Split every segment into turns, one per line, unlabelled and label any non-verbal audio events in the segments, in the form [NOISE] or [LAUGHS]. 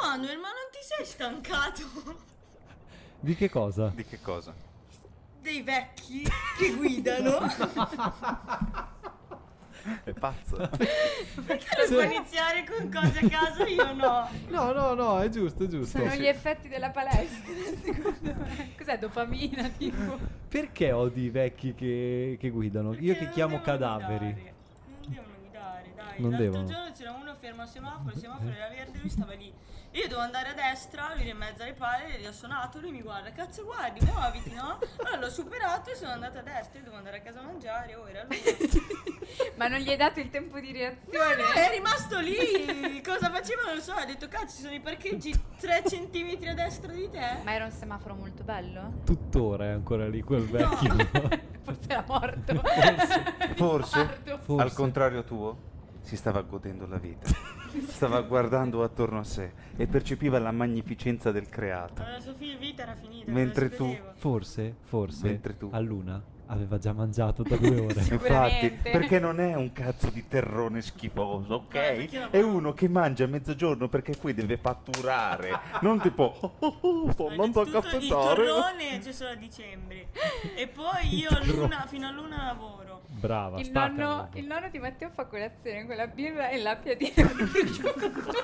Manuel, ma non ti sei
[LAUGHS]
stancato
Di che cosa?
Di che cosa?
dei vecchi che guidano?
[LAUGHS]
È [LAUGHS] pazzo.
Perché non può iniziare con cose a caso? Io no.
No, no, no, è giusto, è giusto.
Sono gli effetti della palestra, [LAUGHS] secondo me. Cos'è dopamina, tipo?
Perché odi i vecchi che, che guidano? Io
Perché
che
non
chiamo
devono
cadaveri.
guidare. Non devono guidare, dai.
Non
L'altro
devono.
giorno c'era uno fermo al semaforo, il semaforo era verde, lui stava lì. Io devo andare a destra, lui era in mezzo alle palle, gli ho suonato, lui mi guarda, cazzo guardi, muoviti, no? Allora l'ho superato e sono andata a destra, io devo andare a casa a mangiare, ora era
[LAUGHS]
lui.
[LAUGHS] Ma non gli hai dato il tempo di reazione?
No, no, è rimasto
[LAUGHS]
lì, cosa faceva non lo so, ha detto cazzo ci sono i parcheggi 3 centimetri a destra di te.
Ma era un semaforo molto bello?
Tuttora è ancora lì quel vecchio.
Forse era morto.
Forse,
Forse.
al contrario tuo, si stava godendo la vita. Stava guardando attorno a sé e percepiva la magnificenza del creato.
Allora, la sua fi- vita era finita.
Mentre
lo
tu-
sapevo.
Forse, forse,
Mentre tu-
a Luna aveva già mangiato da due ore.
Infatti,
Sicuramente.
perché non è un cazzo di terrone schifoso,
Eh, perché
ok?
non-
È uno che mangia a mezzogiorno perché poi deve fatturare. Non tipo, [LAUGHS] oh, oh, oh, sto andando a
Innanzitutto di
cazzettare.
torrone c'è solo a dicembre. E poi io a luna, fino a luna lavoro.
Brava,
Il
stacca.
nonno, il nonno di Matteo fa colazione con la birra e l'appia di Sì,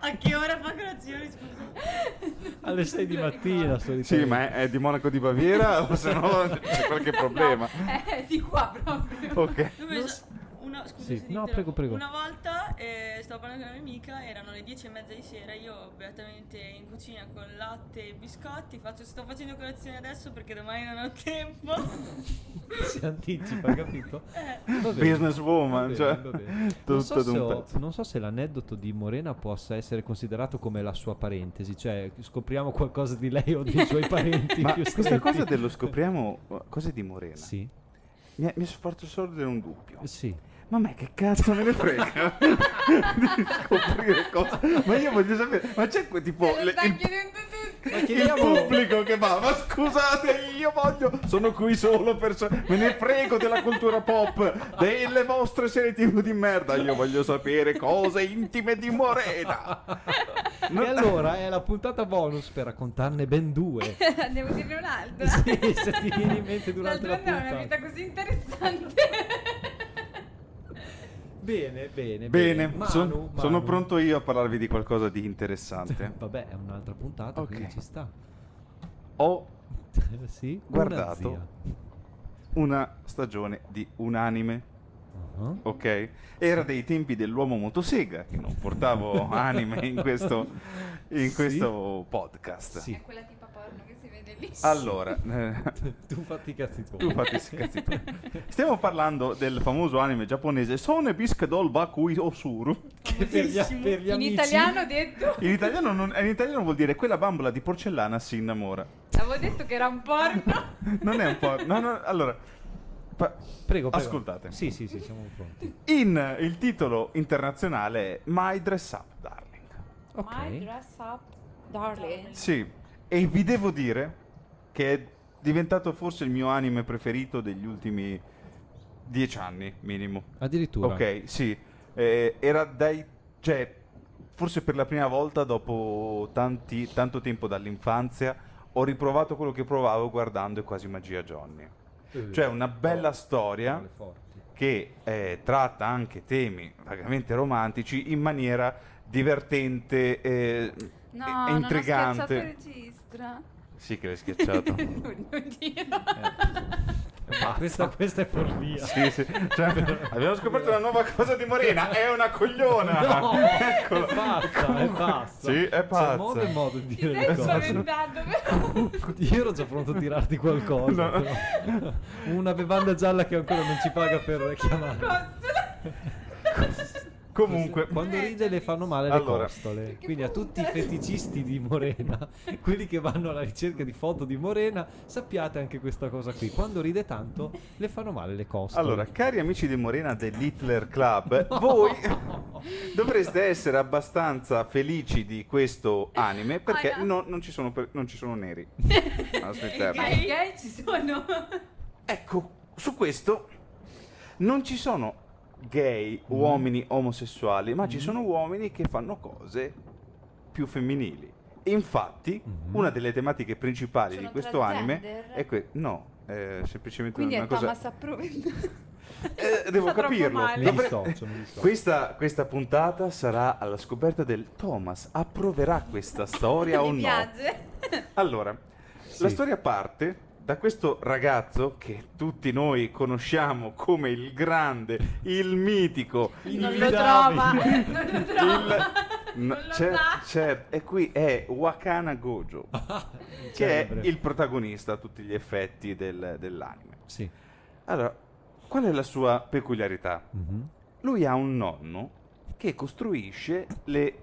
A che ora fa colazione, scusa?
Alle 6 di mattina solitamente. [LAUGHS]
Sì, ma è, è di Monaco di Baviera o se no c'è qualche
[LAUGHS]
problema?
è Eh, di qua proprio.
Ok.
Dove so- una, scusa
Sì,
se
no,
ti
prego,
interrompo.
prego.
Una volta eh, stavo parlando con una mia amica, erano le 10 e mezza di sera, io beatamente in cucina con latte e biscotti, faccio, sto facendo colazione adesso perché domani non ho tempo.
si anticipa, capito?
Eh.
Va bene. Va
Businesswoman,
bene,
cioè.
va bene.
[LAUGHS] tutto
Non so,
ad
se
un
ho-
pezzo.
non so se l'aneddoto di Morena possa essere considerato come la sua parentesi, cioè scopriamo qualcosa di lei o
[LAUGHS]
dei suoi parenti.
Ma
più
questa
stretti.
cosa dello scopriamo, cosa di Morena?
Sì,
Mi, mi sono fatto sorgere un dubbio.
sì.
Ma a me che cazzo me ne
[LAUGHS]
frega di scoprire cose? Ma io voglio sapere, ma c'è quel tipo
Se
boh,
lo
le-
sta
il,
chiedendo [LAUGHS] tutti.
Ma
il pubblico che va, ma scusate, io voglio, sono qui solo per, so- me ne frego della cultura pop, delle vostre serie tv di merda, io voglio sapere cose intime di Morena.
E allora è la puntata bonus per raccontarne ben
[LAUGHS]
due.
Devo dirne un'altra.
Sì, se ti viene in mente durante la
D'altronde è una
puntata.
vita così interessante.
Bene, bene,
Bene,
Manu,
son-
Manu.
sono pronto io a parlarvi di qualcosa di interessante.
Vabbè, è un'altra puntata,
Ok.
quindi ci sta. [LAUGHS]
Ho
sì, una
Guardato.
zia.
una stagione di un anime,
Ah.
ok? Era dei tempi dell'uomo motosega, che non
[LAUGHS]
portavo anime in questo, in
Sì.
questo podcast.
Sì. [LAUGHS]
È quella tipa porno che si vede lì.
Allora, eh,
Tu fatti i cazzi tuoi.
tu fatti sti cazzi tuoi. Stiamo parlando del famoso anime giapponese Sone Biscadol Bakui Osuru.
Che per gli,
Famosissimo.
per gli
In
amici-
italiano detto.
In italiano, non- in italiano vuol dire quella bambola di porcellana si innamora.
Avevo detto che era un porno.
Non è un po'... No, no, allora... pa-
Prego, prego.
Ascoltate.
Sì, sì, sì, siamo pronti.
In il titolo internazionale è My Dress Up Darling.
My
Ok.
dress up, darling.
Sì, e vi devo dire che è diventato forse il mio anime preferito degli ultimi dieci anni, minimo.
Addirittura.
Ok, sì. Eh, era dai... cioè, forse per la prima volta dopo tanti- tanto tempo dall'infanzia ho riprovato quello che provavo guardando È quasi magia Johnny. Cioè, una bella storia
Parole forti.
che eh, tratta anche temi vagamente romantici in maniera divertente eh,
No,
e e
non ho schiacciato
intrigante.
il registra.
Sì che l'hai
[LAUGHS]
schiacciato.
non, non
[LAUGHS]
dirlo.
Ma Eh, Questa, questa è follia.
Sì, sì. Cioè, abbiamo scoperto una nuova cosa di Morena, è una cogliona.
No,
Eccola.
è pazza, è pazza.
Ah, Sì, è
C'è
pazza.
modo e modo di
Ti
dire le
sei
cose.
spaventato però.
Io ero già pronto a tirarti qualcosa.
No.
però. Una bevanda gialla che ancora non ci paga per chiamare.
Costola.
Comunque,
Quando
Eh,
ride le fanno male le
Allora.
costole.
Che
Quindi a tutti i
punta.
feticisti di Morena, quelli che vanno alla ricerca di foto di Morena, sappiate anche questa cosa qui. Quando ride tanto le fanno male le costole. [LAUGHS]
allora, cari amici di Morena dell'Hitler Club, voi dovreste essere abbastanza felici di questo anime perché
Ah, no.
non, non ci sono per- non ci sono neri.
Ma
Aspettate.
i gay ci sono.
Ecco, su questo non ci sono gay, uomini omosessuali, ma ci sono uomini che fanno cose più femminili. Infatti,
Mhm.
una delle tematiche principali
Sono
di questo anime
transgender?
è que- no, è semplicemente
Quindi
una
è
cosa
Thomas approved.
eh, devo
Fa troppo
capirlo.
male.
Mi
Dovre-
dissocio, mi dissocio.
Questa, questa puntata sarà alla scoperta del Thomas. Approverà questa
[LAUGHS]
storia
[LAUGHS]
o
Mi
no?
piace.
Allora,
Sì.
la storia parte da questo ragazzo che tutti noi conosciamo come il grande, il mitico,
Non
I
lo
dami.
trova, [LAUGHS] non lo trova.
il... [LAUGHS] no,
Non lo
cer-
sa.
certo, e qui è Wakana Gojo, che è
Ah, Celebre.
il protagonista a tutti gli effetti del- dell'anime.
Sì.
Allora, qual è la sua peculiarità?
Mhm.
Lui ha un nonno che costruisce le...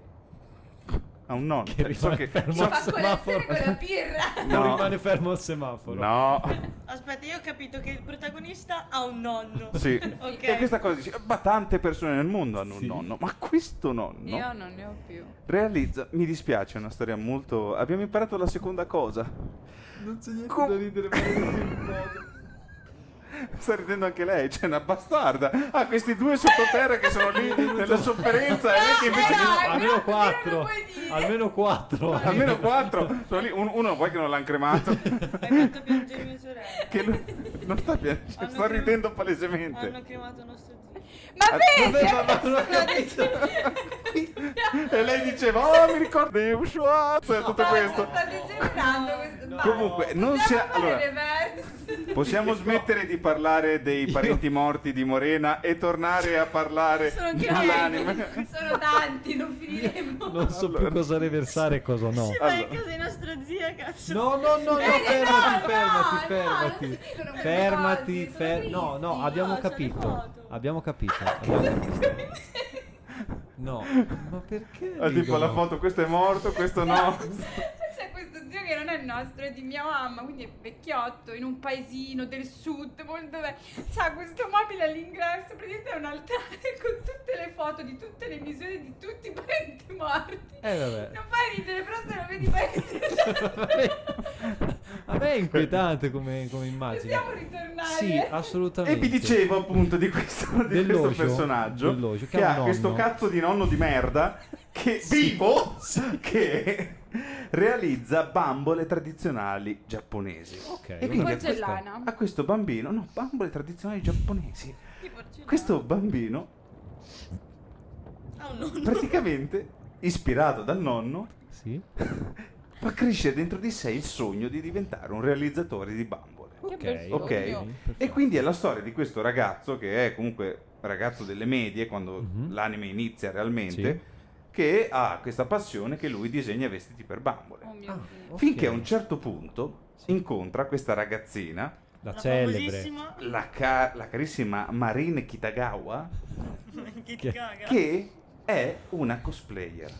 Ha un nonno. cioè,
Che
so
rimane
che...
fermo
so-
al
Fa colazione
semaforo.
con la birra.
Non
No.
rimane fermo al semaforo. [LAUGHS]
No, [LAUGHS]
Aspetta, io ho capito che il protagonista ha un nonno.
Sì.
[LAUGHS] Ok.
E questa cosa dici, ma tante persone nel mondo hanno
Sì.
un nonno, ma questo nonno
Io non ne ho più.
realizza, mi dispiace, è una storia molto... Abbiamo imparato la seconda cosa. [LAUGHS]
Non c'è niente
Com-
da ridere, ma non
Sta ridendo anche lei, c'è una bastarda. Ah, questi due sottoterra che sono lì nella sofferenza e lei che invece...
Ah, no,
Almeno
non lo
4.
puoi dire.
Almeno 4.
Almeno quattro, sono lì, un- uno poi che non l'hanno cremato,
Hai fatto piangere mia sorella.
che non, non sta piangendo,
Hanno
sta
crem-
ridendo palesemente.
Hanno cremato nostro zio.
Ah,
Ma vedi?
Vabbè, ma- ma non ho capito.
E lei diceva, oh mi ricordo di Schwarzenegger e tutto questo.
Sta degenerando questo.
No.
Vai.
Comunque, non si...
Possiamo fare
Allora,
reverse?
Possiamo smettere di parlare dei parenti morti di Morena e tornare a parlare
Sono anche
dell'anime?
io. Sono
[LAUGHS]
tanti, non finiremo.
Non so più
Allora.
cosa reversare e cosa no.
Sì, ma è
Allora.
casa di nostra zia, cazzo.
No, no,
Eh,
no, no, fermati, fermati, fermati.
no, non si dicono quelle
fermati,
cose, sono
fer- no, no,
tristi.
abbiamo
No, c'è
[LAUGHS]
le
capito.
foto.
Abbiamo capito. abbiamo- No, ma perché?
Ah, tipo
ridono?
la foto, questo è morto, questo no.
C'è Cioè, questo zio che non è nostro, è di mia mamma, quindi è vecchiotto, in un paesino del sud, molto bello. C'ha questo mobile all'ingresso, praticamente è un altare [LAUGHS] con tutte le foto di tutte le misure di tutti i parenti morti.
Eh, vabbè.
Non fai ridere, però se lo vedi parenti
A me è inquietante come, come immagine.
possiamo ritornare.
Sì,
E
assolutamente.
vi dicevo appunto di questo, di questo
Dell'Ojo,
personaggio
dell'Ojo, che
che
ha un
ha
nonno.
questo cazzo di nonno di merda che vivo che realizza bambole tradizionali giapponesi.
Ok.
E quindi a
Porcellana.
questo, a questo bambino, no, bambole tradizionali giapponesi.
Di porcellana.
Questo bambino
ha un nonno.
praticamente ispirato dal nonno
Sì.
fa crescere dentro di sé il sogno di diventare un realizzatore di bambole.
Che
Ok.
bel
Ok.
sogno.
Perfetto.
E quindi è la storia di questo ragazzo che è comunque ragazzo delle medie quando
Mhm.
l'anime inizia realmente,
Sì.
che ha questa passione che lui disegna vestiti per bambole.
Oh mio
Ah,
Dio.
ok.
Finché a un certo punto
Sì.
incontra questa ragazzina,
la
La
celebre.
famosissima. [LAUGHS]
la, ca- la carissima Marine Kitagawa,
Che
Che-
ti caga.
che è una cosplayer.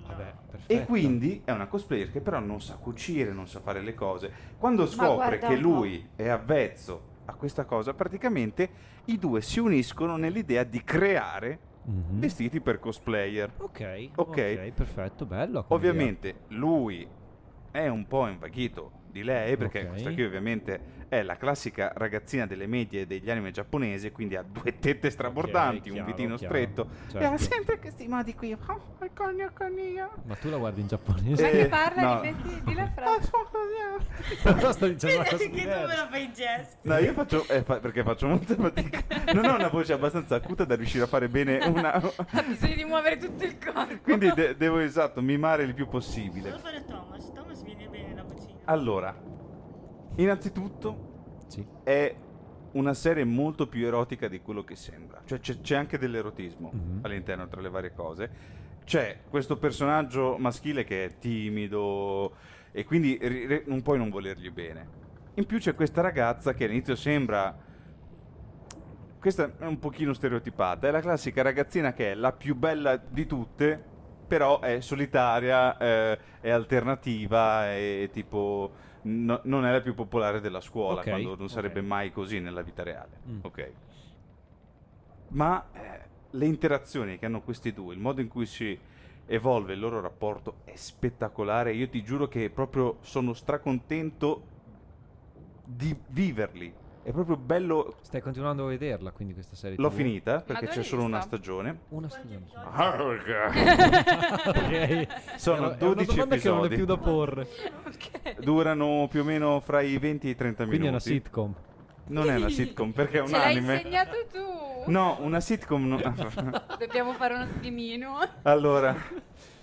No.
Vabbè, perfetto.
E quindi è una cosplayer che però non sa cucire, non sa fare le cose. Quando scopre
guarda
che
un po'.
lui è avvezzo a questa cosa, praticamente i due si uniscono nell'idea di creare
Mhm.
vestiti per cosplayer.
Ok,
Ok.
ok, perfetto, bello. come
Ovviamente lui è un po' invaghito di lei, perché
Ok.
questa qui ovviamente è la classica ragazzina delle medie degli anime giapponesi, quindi ha due tette strabordanti,
chiaro,
un ditino
chiaro,
stretto, e ha
certo.
sempre questi modi qui. Oh, il conio, il conio.
idea. Ma tu la guardi in giapponese?
Ma che
Eh,
parla
no.
di vestiti, di la
Ah, [LAUGHS]
frase.
sono così,
[LAUGHS]
ah.
Sta dicendo una
Vedi
cosa
che tu me
diversa.
la fai in gesto.
No, io faccio eh, fa- perché faccio molta fatica. Non ho una voce abbastanza acuta da riuscire a fare bene una. [LAUGHS]
Ha bisogno di muovere tutto il corpo.
Quindi de- devo esatto mimare il più possibile.
Devo fare Thomas. Thomas viene bene la cucina.
Allora, innanzitutto
Sì.
è una serie molto più erotica di quello che sembra. Cioè c'è, c'è anche dell'erotismo
Mhm.
all'interno tra le varie cose. C'è questo personaggio maschile che è timido e quindi ri- re- non puoi non volergli bene. In più c'è questa ragazza che all'inizio sembra... Questa è un pochino stereotipata, è la classica ragazzina che è la più bella di tutte, però è solitaria, eh, è alternativa, è tipo... no- non è la più popolare della scuola,
Ok,
quando non
ok.
sarebbe mai così nella vita reale.
Mm.
Ok. Ma eh, le interazioni che hanno questi due, il modo in cui si evolve il loro rapporto è spettacolare. Io ti giuro che proprio sono stracontento di viverli. È proprio bello.
Stai continuando a vederla, quindi questa serie.
L'ho
TV?
finita eh, perché
dove
c'è
l'hai
solo una
vista?
stagione.
Una
Quanti
stagione.
episodi?
[LAUGHS] Ok.
Sono
È una
12
domanda che non è
episodi.
più da porre.
Eh,
[LAUGHS]
ok.
Durano più o meno fra i 20 e i 30
Quindi è una
minuti.
sitcom.
Non è una sitcom perché è un
Ce l'hai
anime.
insegnato tu.
No, una
[LAUGHS]
sitcom. no.
Dobbiamo fare uno schemino.
allora,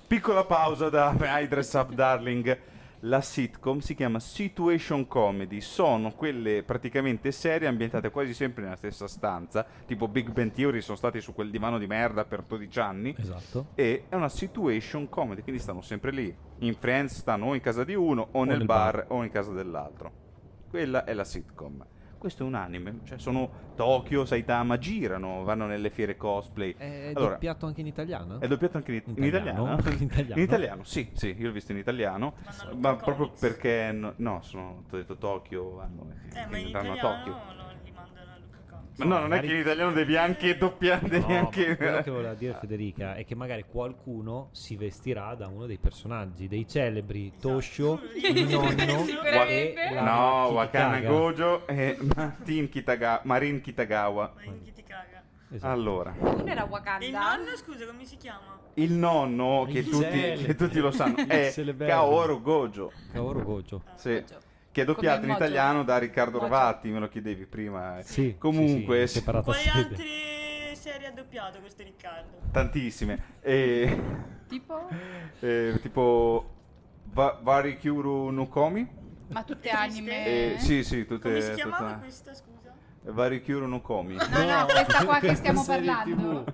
piccola pausa da I Dress Up Darling. La sitcom si chiama Situation Comedy, sono quelle praticamente serie ambientate quasi sempre nella stessa stanza, tipo Big Bang Theory sono stati su quel divano di merda per 12 anni.
Esatto.
e è una situation comedy, quindi stanno sempre lì. In Friends stanno o in casa di uno o, nel
nel
bar, o in casa dell'altro. Quella è la sitcom. Questo è un anime, cioè sono Tokyo, Saitama, girano, vanno nelle fiere cosplay.
È
Allora,
doppiato anche in italiano?
È doppiato anche in, in italiano?
Italiano? Esatto. [LAUGHS] In italiano?
In italiano, sì, sì, io l'ho visto in italiano,
Ma
ma,
non con
proprio
comics.
perché no, no, sono t'ho detto Tokyo, vanno
Eh, ma in
quindi vanno a Tokyo.
italiano non li mandano a Luca Comics.
Ma no, non è che in italiano
[LAUGHS]
devi anche doppiare,
No,
devi
ma
anche
quello che voleva dire Federica è che magari qualcuno si vestirà da uno dei personaggi, dei celebri [LAUGHS] Toshio, il nonno e
Sicuramente.
la
No,
Kitty
Wakana
Kaga.
Gojo e Martin Kitaga- Marin Kitagawa.
Ma in chi ti caga?
Esatto.
Allora,
Uno era
E il
Wakanda.
nonno, scusa, come si chiama?
il nonno che
Il
tutti,
celebre.
[LAUGHS] che tutti
[LAUGHS]
lo sanno
Il
è
celeberrimo.
Kaoru
Ah,
Gojo,
Kaoru Gojo.
sì,
Gojo.
che è doppiato in
Mojo.
italiano da Riccardo
Mojo.
Rovati, me lo chiedevi prima.
Sì,
Eh, Comunque,
sì, sì, separata
Quali
sede.
altre serie ha doppiato questo Riccardo?
Tantissime. E,
Tipo,
[LAUGHS] e Eh, tipo Va- Varikuru Nukomi?
ma tutte
Esiste?
anime.
E, Eh, sì, sì, tutte...
Come si chiamava
tutta-
questa, scusa?
Varikuru Nukomi.
No, no, questa qua che stiamo
serie
parlando.
TV.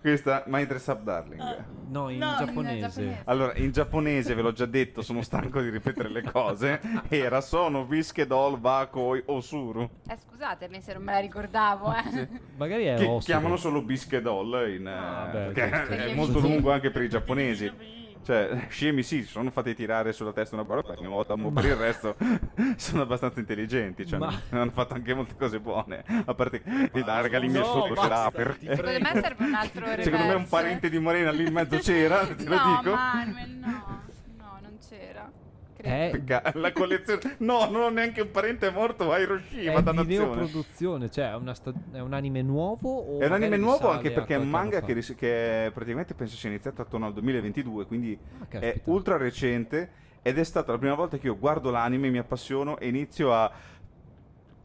Questa, My Dress Up Darling.
Ah.
No, in
No, in
giapponese.
giapponese.
Allora, in giapponese, ve l'ho già detto, sono stanco di ripetere le cose. Era sono Viskedol Bakoi Osuru.
Eh, scusatemi se non me la ricordavo, eh.
Magari è
Che
Osuru.
chiamano solo Biskedol in, eh,
Ah, beh,
perché
giusto.
è
Perché
molto
sì.
lungo anche per i giapponesi.
Prima.
Cioè, [LAUGHS] scemi sì, si sono fatti tirare sulla testa una barba ogni volta, ma per il resto [LAUGHS] sono abbastanza intelligenti, cioè
Ma-
ne- hanno fatto anche molte cose buone, a parte di dare galimia
no,
sotto
basta,
c'era
ti
perché-
prego.
Secondo me serve un altro reverse.
[LAUGHS] Secondo me un parente di Morena lì in mezzo c'era, te lo
no,
dico.
Manuel, no. No, non c'era. Credo.
È,
Pecca- La collezione. No, non ho neanche un parente morto a Hiroshima.
è di
dannazione.
neoproduzione, cioè è, una sta- è un anime nuovo o
È un anime
magari
nuovo
risale
anche
a
perché è un
qualche
manga
anno
che,
fa?
ris- che è praticamente penso sia iniziato attorno al 2022, quindi
Ah,
è
caspita.
ultra recente ed è stata la prima volta che io guardo l'anime, mi appassiono e inizio a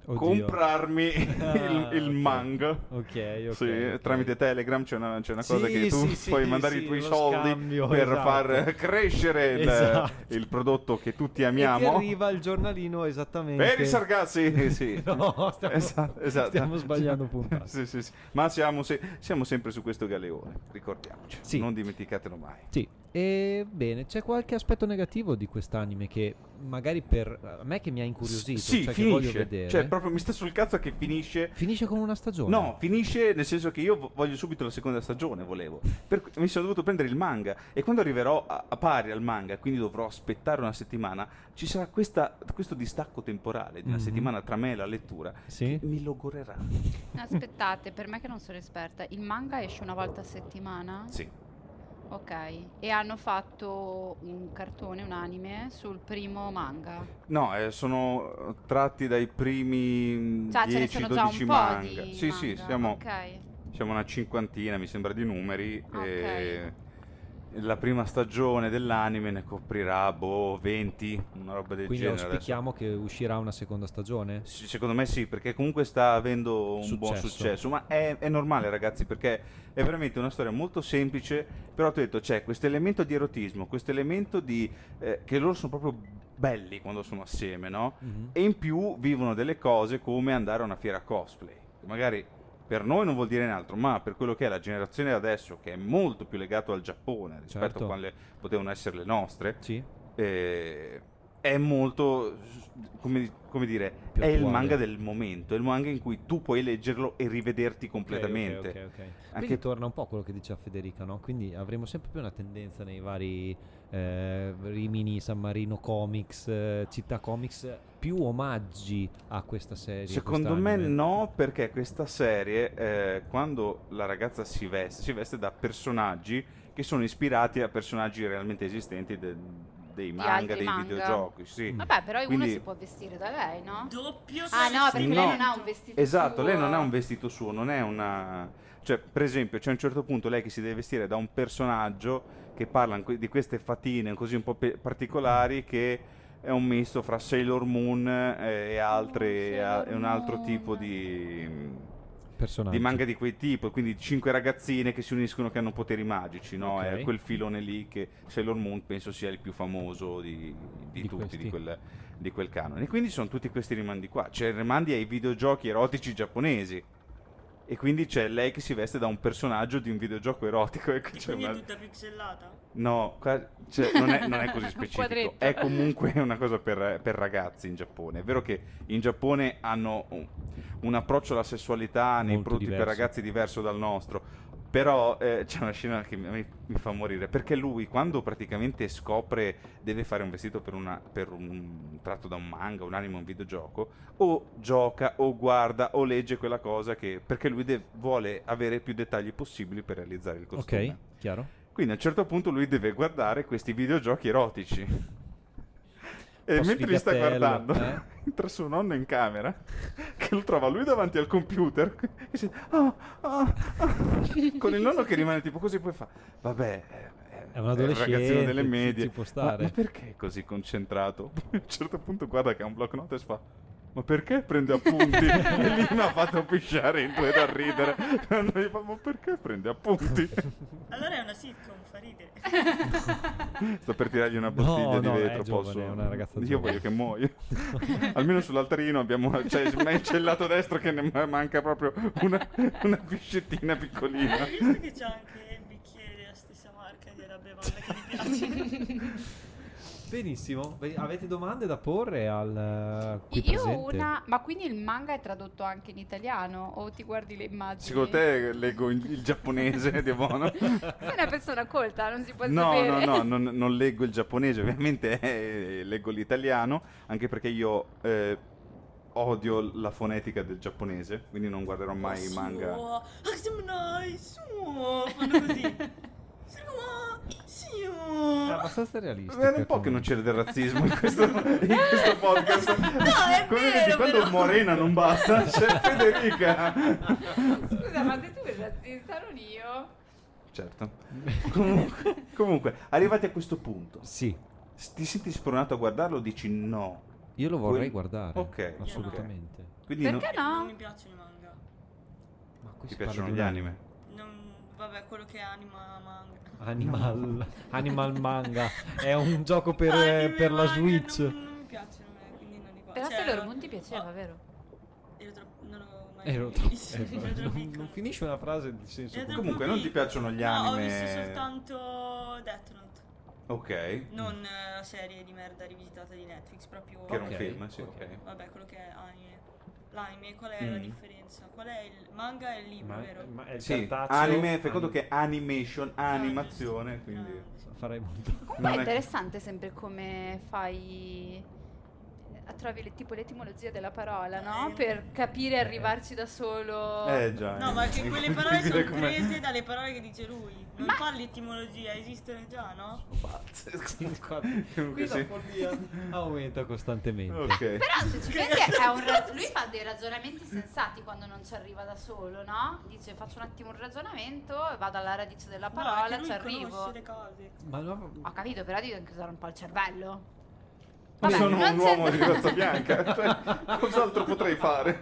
Oddio.
comprarmi il,
[LAUGHS] Ah,
il
ok.
manga.
Ok, ok.
Sì,
ok.
tramite Telegram c'è una, c'è una
Sì,
cosa che tu
sì,
puoi
sì,
mandare i
sì,
tuoi
lo
soldi
scambio,
per
esatto.
far crescere il,
Esatto.
il prodotto che tutti
E che
amiamo.
arriva il giornalino esattamente.
Veri
[LAUGHS]
sargassi, sì.
No, stiamo,
[LAUGHS] Esatto, esatto.
stiamo
[LAUGHS]
sbagliando puntate.
Sì, sì, sì. Ma siamo, se- siamo sempre su questo galeone, ricordiamoci.
Sì.
Non dimenticatelo mai.
Sì. E bene, c'è qualche aspetto negativo di quest'anime che magari per a me che mi ha incuriosito,
sì,
cioè che voglio
finisce.
vedere.
Cioè, proprio mi sta sul cazzo che finisce.
Finisce con una stagione.
No, finisce nel senso che io vo- voglio subito la seconda stagione, volevo. Per cui mi sono dovuto prendere il manga e quando arriverò a, a pari al manga, quindi dovrò aspettare una settimana, ci sarà questa- questo distacco temporale di una
Mhm.
settimana tra me e la lettura.
Sì?
Mi logorerà.
Aspettate, per me che non sono esperta, il manga esce una volta a settimana?
Sì.
Ok. E hanno fatto un cartone, un anime sul primo manga.
No, eh, sono eh, tratti dai primi
Cioè, ce ne
10-12
sono già un po'
manga.
di
sì, sì,
manga.
siamo,
Ok.
siamo una cinquantina, mi sembra, di numeri.
Ah,
e la prima stagione dell'anime ne coprirà, boh, 20, una roba del
Quindi
genere.
auspichiamo che uscirà una seconda stagione?
adesso. Sì, secondo me sì, perché comunque sta avendo un buon
Successo.
successo. Ma è, è normale, ragazzi, perché è veramente una storia molto semplice. Però ti ho detto, c'è questo elemento di erotismo, questo elemento di... eh, che loro sono proprio belli quando sono assieme, no?
Mhm.
E in più vivono delle cose come andare a una fiera cosplay. Magari per noi non vuol dire altro, ma per quello che è la generazione adesso, che è molto più legato al Giappone rispetto
Certo.
a quelle potevano essere le nostre,
Sì.
eh, è molto, s- come, come dire,
Più
è il
attuale.
manga del momento, è il manga in cui tu puoi leggerlo e rivederti
Ok, ok,
completamente.
ok, ok.
Anche-
Quindi torna un po' quello che diceva Federica, no? Quindi avremo sempre più una tendenza nei vari eh, Rimini, San Marino Comics, eh, Città Comics, più omaggi a questa serie.
Secondo me
quest'anime.
no, perché questa serie, eh, quando la ragazza si veste, si veste da personaggi che sono ispirati a personaggi realmente esistenti de- dei
Di
manga,
altri
dei
manga?
videogiochi, sì.
Vabbè, però uno
Quindi-
si può vestire da lei, no?
Doppio
Ah no, perché
No.
lei non ha un vestito
Esatto, lei non ha un
vestito.
vestito suo, non è una... Cioè, per esempio, c'è un certo punto lei che si deve vestire da un personaggio che parla in que- di queste fatine così un po' pe- particolari che è un misto fra Sailor Moon eh, e altre-
Oh, Sailor
e un altro
Moon.
tipo di...
personaggio.
di manga di quel tipo, quindi cinque ragazzine che si uniscono che hanno poteri magici, no?
Ok.
È quel filone lì che Sailor Moon penso sia il più famoso di, di
Di
tutti,
questi.
di quel, di quel canone. E quindi sono tutti questi rimandi qua, c'è i rimandi ai videogiochi erotici giapponesi. E quindi c'è lei che si veste da un personaggio di un videogioco erotico. E qui
E
c'è
quindi è
una-
tutta pixellata.
No, qua- cioè, non, è, non è così
Un
specifico.
quadretto.
È comunque una cosa per, per ragazzi in Giappone. È vero che in Giappone hanno un, un approccio alla sessualità nei
Molto
prodotti per
diverso.
ragazzi diverso dal nostro. Però eh, c'è una scena che mi, mi fa morire. Perché lui, quando praticamente scopre deve fare un vestito per, una- per un tratto da un manga, un anime, un videogioco, o gioca, o guarda, o legge quella cosa che. Perché lui de- vuole avere più dettagli possibili per realizzare il costume.
Ok, chiaro.
Quindi a un certo punto lui deve guardare questi videogiochi erotici. E
po'
mentre li sta
sfigatello,
guardando,
eh?
[LAUGHS] entra suo nonno in camera, [LAUGHS] che lo trova lui davanti al computer, [LAUGHS] e dice, "Ah, ah, ah",
[LAUGHS]
con il nonno che rimane tipo così, poi fa, vabbè, eh,
È un
ragazzino
adolescente,
delle
ci-
medie,
ci può
ma-
stare."
Ma, [LAUGHS] perché è così concentrato? [LAUGHS] Poi a un certo punto guarda che ha un block notes e fa, ma perché prende
[LAUGHS]
appunti? e lì mi ha fatto pisciare in due da ridere. [LAUGHS] Nonno gli fa, ma perché prende
[LAUGHS]
appunti?
Allora è una sitcom, fa ridere.
Sto per tirargli una
No,
bottiglia di
no, è
vetro.
giovane,
posso?
è una ragazza
Io
giovane.
voglio che muoia.
[LAUGHS]
Almeno sull'altarino abbiamo. Cioè, ma è il lato destro che ne ma- manca proprio una, una piscettina piccolina.
Hai visto che c'è anche il bicchiere della stessa marca della bevanda che mi
[LAUGHS]
piace?
Benissimo. Ve- Avete domande da porre al eh, qui
Io ho
presente?
una, ma quindi il manga è tradotto anche in italiano o ti guardi le immagini?
Secondo te leggo il, il giapponese di buono?
Sei una persona colta, non si può
No, no,
sapere.
no, non, non leggo il giapponese, ovviamente eh, leggo l'italiano, anche perché io eh, odio la fonetica del giapponese, quindi non guarderò mai i
Suo.
manga.
Ah, sembra il suo. Fanno così. Sembra
È
suo.
abbastanza realistico.
Era un po' che non c'era del razzismo in questo, in questo podcast.
[LAUGHS]
è
Come
vero,
vedi, quando
però.
Morena non basta,
[LAUGHS]
c'è Federica.
[LAUGHS]
Scusa, ma se tu sei razzista, non io.
Certo. Comunque, comunque, arrivati a questo punto,
Sì,
s- ti senti spronato a guardarlo o dici no?
io lo vorrei
Quel-
guardare.
Ok,
Assolutamente.
Quindi no-
Perché
Non
no?
mi piacciono i manga.
Ma qui
ti
si parla
piacciono
di
gli
un
anime?
Non- vabbè, quello che anima manga.
Animal, [LAUGHS] Animal [LAUGHS] Manga è
[LAUGHS]
un gioco per, eh,
Anime,
per la
manga,
Switch.
Non, non mi piacciono, eh, quindi non li guardo.
Però
Cioè,
Sailor
non-
Moon ti piaceva, vero?
Ero troppo, non l'ho mai
Ero tro-
visto.
eh,
Ero troppo
non,
piccolo.
non finisce una frase di senso.
Ero troppo
comune.
Comunque, non ti
piccolo.
piacciono gli
No, ho visto
anime?
soltanto Death Note.
Ok. Che
Non eh, la serie di merda rivisitata di Netflix, proprio...
era un
Ok,
film, sì,
ok.
ok.
Vabbè, quello che è anime. L'anime, qual è la
Mm.
differenza? Qual è il manga e il libro, vero?
ma è il
Sì,
cartaceo-
anime, fai
anime.
conto che animation,
Ah,
animazione,
giusto.
quindi...
Ah, sì.
Farei molto.
[LAUGHS]
Comunque
Non
è
è-
interessante sempre come fai eh, trovi le- tipo l'etimologia della parola, no?
Eh.
Per capire e arrivarci da solo.
Eh già.
Ah. No,
eh.
ma che
[LAUGHS]
quelle parole sono
Come-
prese dalle parole che dice lui. Non fa l'etimologia, esistono già, no?
[LAUGHS]
Qui la
Sì.
follia aumenta costantemente.
Ok.
Però se ci pensi è un ra- lui fa dei ragionamenti sensati quando non ci arriva da solo, no? Dice faccio un attimo un ragionamento, vado alla radice della
No, è che
parola,
lui
ci arrivo.
conosce le cose.
Ma no,
Ho capito, però devi anche usare un po' il cervello.
sono un
non
uomo di [LAUGHS]
c'entra-
razza bianca, cioè, cos'altro potrei
[LAUGHS]
fare?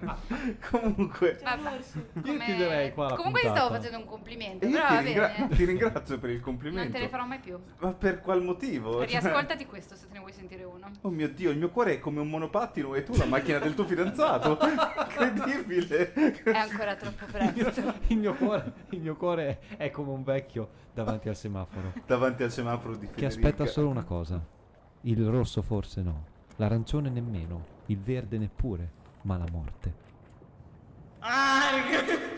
Comunque,
C'è
Vabbè.
l'orso.
io chiuderei qua la
Comunque ti
puntata.
stavo facendo un complimento,
e io
però
ti,
va
ringra-
bene. eh.
ti ringrazio per il
Non
complimento.
te ne farò mai più.
Ma per qual motivo? Cioè,
Riascoltati questo se te ne vuoi sentire uno.
Oh mio dio, il mio cuore è come un monopattino e tu la macchina del
[LAUGHS]
tuo fidanzato. Incredibile.
È ancora troppo presto.
[LAUGHS] Il mio, cuore, il mio cuore è come un vecchio davanti al semaforo
Davanti al semaforo di
che
Federica.
aspetta solo una cosa. Il rosso forse no, l'arancione
[LAUGHS]
nemmeno, il verde neppure, ma la morte.
Ah,